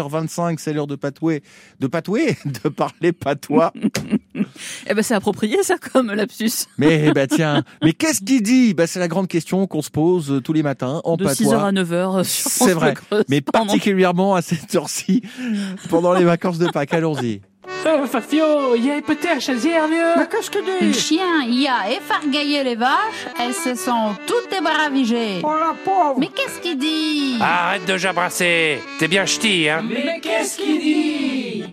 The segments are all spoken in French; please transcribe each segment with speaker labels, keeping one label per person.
Speaker 1: 8h25, c'est l'heure de patouer, de patouer, de parler patois.
Speaker 2: Eh ben, c'est approprié, ça, comme lapsus.
Speaker 1: Mais bah tiens, mais qu'est-ce qu'il dit bah, C'est la grande question qu'on se pose euh, tous les matins en
Speaker 2: De
Speaker 1: patois.
Speaker 2: 6h à 9h sur France
Speaker 1: C'est vrai,
Speaker 2: Bleu Creuse.
Speaker 1: mais
Speaker 2: Pardon.
Speaker 1: particulièrement à cette heure-ci, pendant les vacances de Pâques. Allons-y.
Speaker 3: Euh, Fafio, il y a pété à chasière, vieux
Speaker 4: Le chien y a effargaillé les vaches, elles se sont toutes débaravigées. Oh la pauvre Mais qu'est-ce qu'il dit
Speaker 5: Arrête de jabrasser T'es bien ch'ti, hein
Speaker 3: Mais qu'est-ce qu'il dit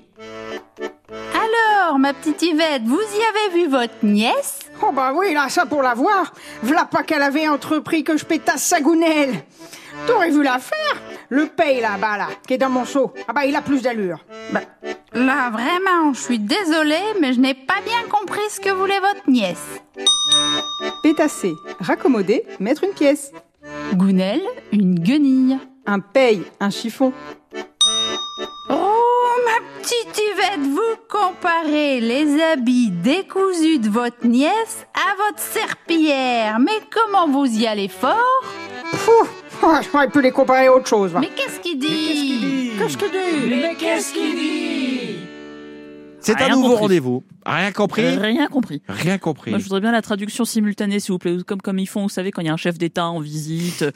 Speaker 4: Alors, ma petite Yvette, vous y avez vu votre nièce
Speaker 6: Oh bah oui, là, ça pour la voir. V'là pas qu'elle avait entrepris que je pétasse sa gounelle. T'aurais vu l'affaire Le paye là-bas, là, qui est dans mon seau. Ah bah, il a plus d'allure.
Speaker 4: Là, vraiment, je suis désolée, mais je n'ai pas bien compris ce que voulait votre nièce.
Speaker 6: Pétasser, raccommoder, mettre une pièce.
Speaker 4: Gounelle, une guenille.
Speaker 6: Un paye, un chiffon.
Speaker 4: Oh, ma petite Yvette, vous comparez les habits décousus de votre nièce à votre serpillière. Mais comment vous y allez fort
Speaker 6: Pouf oh, J'aurais pu les comparer à autre chose, va.
Speaker 4: Mais qu'est-ce qu'il dit
Speaker 6: qu'est-ce que dit
Speaker 3: Mais qu'est-ce qu'il dit
Speaker 1: C'est un
Speaker 2: Rien
Speaker 1: nouveau
Speaker 2: compris.
Speaker 1: rendez-vous. Rien compris
Speaker 2: Rien compris.
Speaker 1: Rien compris.
Speaker 2: Moi, je voudrais bien la traduction simultanée, s'il vous plaît, comme, comme ils font, vous savez, quand il y a un chef d'État en visite euh,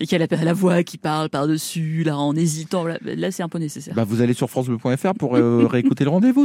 Speaker 2: et qu'il y a la, la voix qui parle par-dessus, là, en hésitant. Là, là, c'est un peu nécessaire.
Speaker 1: Ben, Bah, vous allez sur francebleu.fr pour euh, réécouter le rendez-vous.